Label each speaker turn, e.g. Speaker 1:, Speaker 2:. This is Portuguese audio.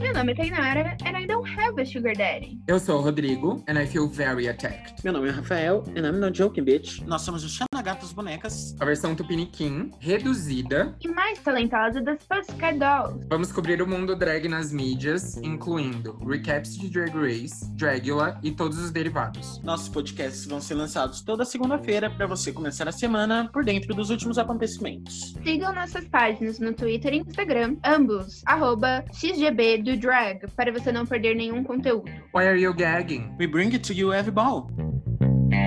Speaker 1: Meu nome é Tainara and I don't have a sugar daddy.
Speaker 2: Eu sou o Rodrigo and I feel very attacked.
Speaker 3: Meu nome é Rafael and I'm not joking, bitch.
Speaker 4: Nós somos o Xanagato dos Bonecas.
Speaker 2: A versão tupiniquim, reduzida.
Speaker 1: E mais talentosa das Pussycat Dolls.
Speaker 2: Vamos cobrir o mundo drag nas mídias, incluindo recaps de Drag Race, Dragula e todos os derivados.
Speaker 4: Nossos podcasts vão ser lançados toda segunda-feira para você começar a semana por dentro dos últimos acontecimentos.
Speaker 1: Sigam nossas páginas no Twitter e Instagram, ambos, arroba XGB do Drag, para você não perder nenhum conteúdo.
Speaker 2: Why are you gagging?
Speaker 4: We bring it to you every ball.